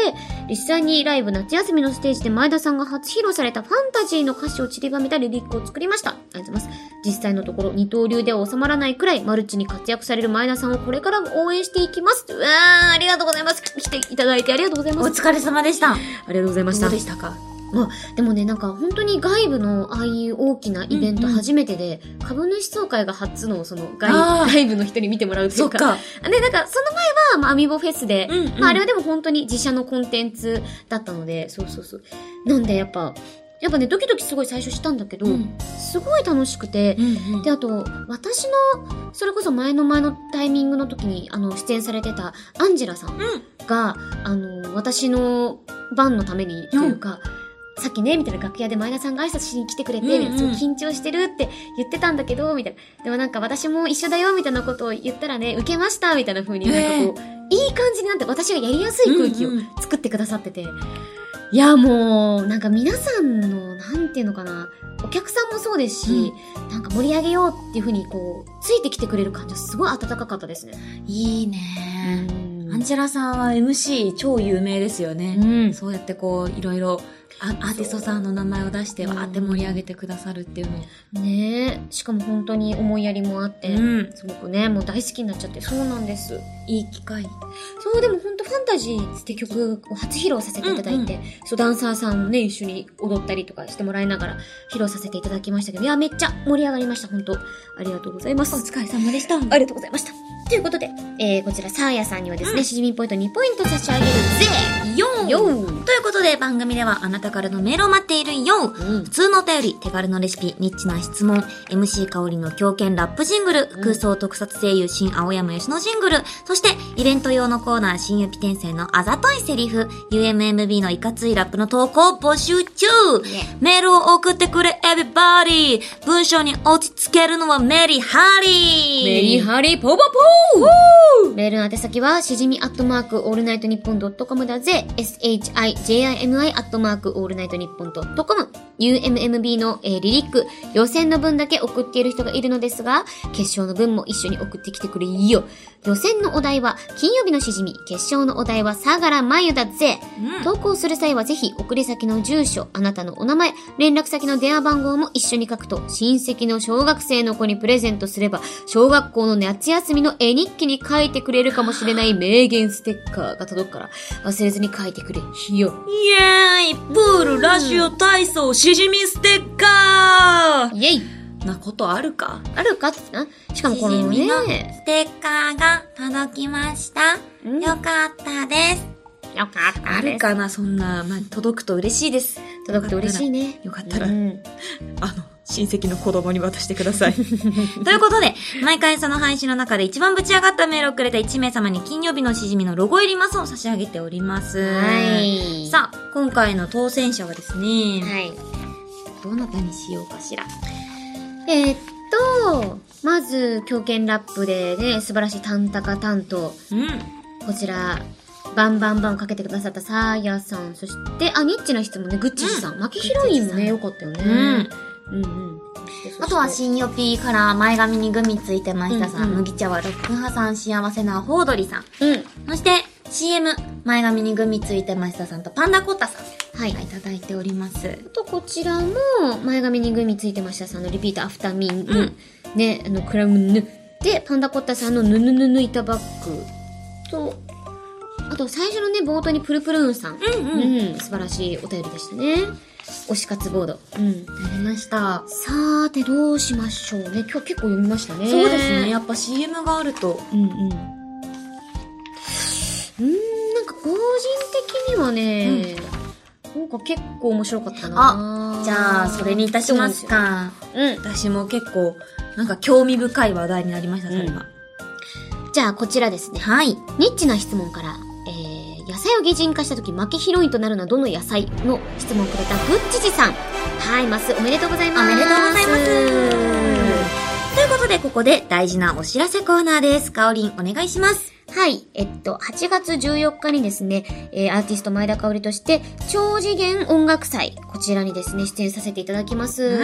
A: 実際にライブ夏休みのステージで前田さんが初披露されたファンタジーの歌詞を散りばめたリリックを作りました。ありがとうございます。実際のところ、二刀流では収まらないくらい、マルチに活躍される前田さんをこれからも応援していきます。うわー、ありがとうございます。来ていただいてありがとうござい
B: お
A: ます。
B: 疲れ様でした
A: ありがとうございまし
B: ど
A: た
B: うで。したか
A: あ、でもね、なんか本当に外部のああいう大きなイベント
B: うんうん
A: 初めてで、株主総会が初のその
B: あ
A: 外
B: ー
A: 外部の人に見てもらうとい
B: そうっ
A: か。
B: か。
A: で、なんかその前は、まあ、アミーボフェスで、
B: うんうん
A: まああれはでも本当に自社のコンテンツだったので、そうそうそう。なんでやっぱ、やっぱね、ドキドキすごい最初したんだけど、
B: うん
A: すごい楽しくて、で、あと、私の、それこそ前の前のタイミングの時に、あの、出演されてたアンジェラさんが、あの、私の番のために、というか、さっきね、みたいな楽屋で前田さんが挨拶しに来てくれて、
B: うんうん
A: そう緊張してるって言ってたんだけど、みたいな。でもなんか私も一緒だよ、みたいなことを言ったらね、受けました、みたいな風になんかこう、いい感じになって、私がやりやすい空気を
B: うんうん
A: 作ってくださってて。いや、もう、なんか皆さんの、なんていうのかな、お客さんもそうですし、なんか盛り上げようっていう風にこう、ついてきてくれる感じはすごい温かかったですね。
B: いいね。アンジェラさんは MC 超有名ですよね。
A: うん。
B: そうやってこう、いろいろ、あアーティストさんの名前を出して、
A: うん
B: わーって盛り上げてくださるっていうの。
A: ねえ。しかも本当に思いやりもあって、
B: うん。
A: すごくね、もう大好きになっちゃって。そうなんです。
B: いい機会。
A: そう、でも本当ファンタジーって曲を初披露させていただいて、そう、ダンサーさんもね、一緒に踊ったりとかしてもらいながら披露させていただきましたけど、いや、めっちゃ盛り上がりました、本当ありがとうございます。
B: れ様でした。
A: ありがとうございました。ということで、えー、こちら、サーヤさんにはですね、しじみポイント2ポイント差し上げる
B: ぜ、よん
A: よー
B: ということで、番組ではあなたからのメールを待っているよん
A: うん
B: 普通のお便り、手軽のレシピ、ニッチな質問、MC 香りの狂犬ラップジングル、空想特撮声優新青山吉野ジングル、そしてイベント用のコーナー新雪転生のあざといセリフ、UMMB のいかついラップの投稿を募集中メールを送ってくれ everybody! 文章に落ち着けるのはメリーハリー
A: メリハリポポポーメールの宛先は、しじみアットマークオールナイトニッポンドットコムだぜ、shijimi アットマークオールナイトニッポンドットコム、UMMB の、えーリリック、予選の分だけ送っている人がいるのですが、決勝の分も一緒に送ってきてくれよ。予選のお題は、金曜日のしじみ、決勝のお題は、相良真由だぜ。
B: うん
A: 投稿する際はぜひ送り先の住所、あなたのお名前、連絡先の電話番号も一緒に書くと、親戚の小学生の子にプレゼントすれば、小学校の夏休みの絵日記に書いてくれるかもしれない名言ステッカーが届くから、忘れずに書いてくれよ。
B: イエーイプール、ラジオ、体操、しじみステッカ
A: イェイ
B: ーなことあるか
A: あるかってな。しかもこの
B: しじみの
A: ね、
B: ステッカーが届きました。
A: うん
B: よかったです。
A: よかった
B: ある
A: です。
B: かな、そんな。まあ、届くと嬉しいです。
A: 届くと嬉しいね。
B: よかったら、
A: うん
B: あの、親戚の子供に渡してくださ い。ということで、毎回その配信の中で一番ぶち上がったメールをくれた1名様に金曜日のしじみのロゴ入りマスを差し上げております。
A: はい。
B: さあ、今回の当選者はですね、
A: はい。
B: どなたにしようかしら。
A: えーっと、まず、狂犬ラップでね、素晴らしいタンタカタンと、
B: うん。
A: こちら、バンバンバンをかけてくださったサーヤさん、そして、あ、ニッチな人もね、グッチーさん。マキヒロインもね、よかったよね。
B: うん。
A: うんうん。
B: あとは新予備から前髪にグミついてましたさん、
A: うんうん
B: 麦茶はロック派さん、幸せなホードリさん。
A: うん。
B: そして CM、前髪にグミついてましたさんとパンダコッタさん。
A: はい。
B: いただいております。
A: あと、こちらも、前髪にグミついてましたさんのリピートアフターミング。
B: うん
A: ね、あの、クラムヌ。で、パンダコッタさんのヌヌヌヌ板バッグと、あと、最初のね、冒頭にプルプルーンさん。
B: うん
A: うん、素晴らしいお便りでしたね。推し活ボード。うん。
B: なりました。
A: さーて、どうしましょうね。今日結構読みましたね。
B: そうですね。。やっぱ CM があると。
A: うんうん。うーん、なんか個人的にはね、なんか結構面白かったな
B: じゃあ、それにいたします。か。
A: そうなんですよ
B: 私も結構、なんか興味深い話題になりました、それは。
A: うん。じゃあ、こちらですね。
B: はい。
A: ニッチな質問から、えー、野菜を擬人化した時負けヒロインとなるのはどの野菜の質問をくれたグッチジさん。はい、マスおめでとうございま
B: お
A: す。
B: めでとうございます。ということで、ここで大事なお知らせコーナーです。かおりん、お願いします。
A: はい。えっと、8月14日にですね、えーアーティスト前田香織として、超次元音楽祭、こちらにですね、出演させていただきます。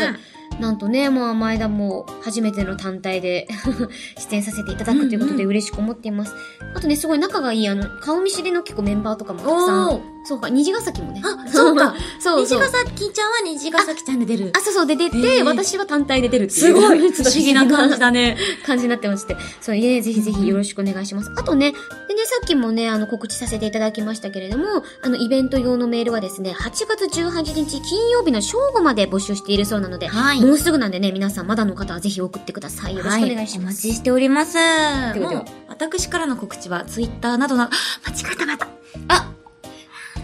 A: なんとね、まあ、前田も初めての単体で 出演させていただくということ
B: うん
A: で
B: うん
A: 嬉しく思っています。あとね、すごい仲がいい、あの、顔見知りの結構メンバーとかもたくさ
B: お
A: ん
B: ー
A: そうか、虹ヶ崎もね。
B: あそうか。
A: そうそう。
B: 虹ヶ崎ちゃんは虹ヶ崎ちゃんで出る。
A: あ、そうそう、で出て、
B: えー
A: 私は単体で出るっていう。
B: すごい
A: ちょっ と
B: 不思議な感じだね。
A: 感じになってまして。そう、いえ、ぜひぜひよろしくお願いします。あとね、でね、さっきもね、あの、告知させていただきましたけれども、あの、イベント用のメールはですね、8月18日金曜日の正午まで募集しているそうなので、
B: はい
A: もうすぐなんでね、皆さんまだの方はぜひ送ってください。よろしくお願いし
B: はお
A: ま
B: 待
A: す。
B: ちしております。
A: ではでは
B: もう私からの告知は、ツイッターなどなど、間違えたまた。あ、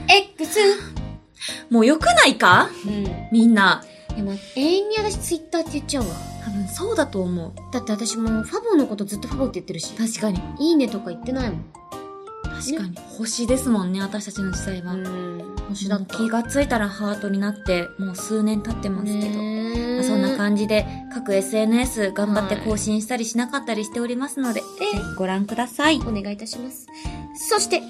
A: X!
B: もう良くないか
A: うん。
B: みんな。
A: いや、まあ、永遠に私ツイッターって言っちゃうわ。
B: 多分そうだと思う。
A: だって私もファボのことずっとファボって言ってるし、
B: 確かに。
A: いいねとか言ってないもん。
B: 確かに。星ですもんね、私たちの時代は。
A: ん。
B: 星
A: 星だった。
B: 気がついたらハートになって、もう数年経ってますけど。ま
A: ね
B: あそんな感じで、各 SNS 頑張って
A: はい
B: 更新したりしなかったりしておりますので、ぜひご覧ください。
A: お願いいたします。そして、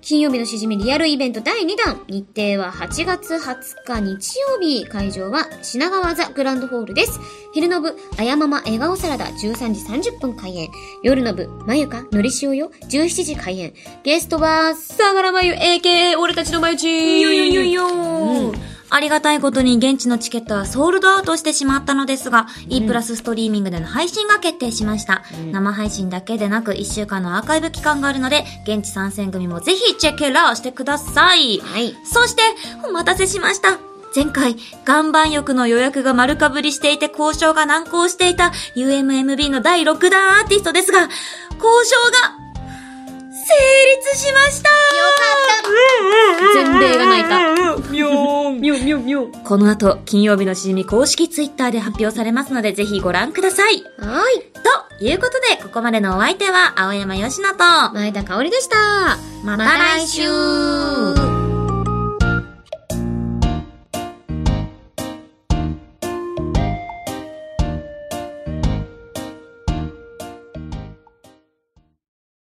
A: 金曜日のしじみリアルイベント第2弾。日程は8月20日日曜日。会場は品川ザグランドホールです。昼の部、あやまま笑顔サラダ13時30分開演。夜の部、まゆか、のりしおよ17時開演。ゲストは、さがらまゆ AKA 俺たちのまゆち
B: よよよよー
A: うん
B: ありがたいことに現地のチケットはソールドアウトしてしまったのですが、E プラスストリーミングでの配信が決定しました。生配信だけでなく1週間のアーカイブ期間があるので、現地参戦組もぜひチェケラーしてください。
A: はい。
B: そして、お待たせしました。前回、岩盤浴の予約が丸かぶりしていて交渉が難航していた UMMB の第6弾アーティストですが、交渉が、成立しましたよか
A: 全米が泣いた
B: た。みょーん、みょみょみょこの後、金曜日のしじみ公式ツイッターで発表されますので、ぜひご覧ください。
A: はい。
B: ということで、ここまでのお相手は、青山よしと、
A: 前田香織でした。
B: また来週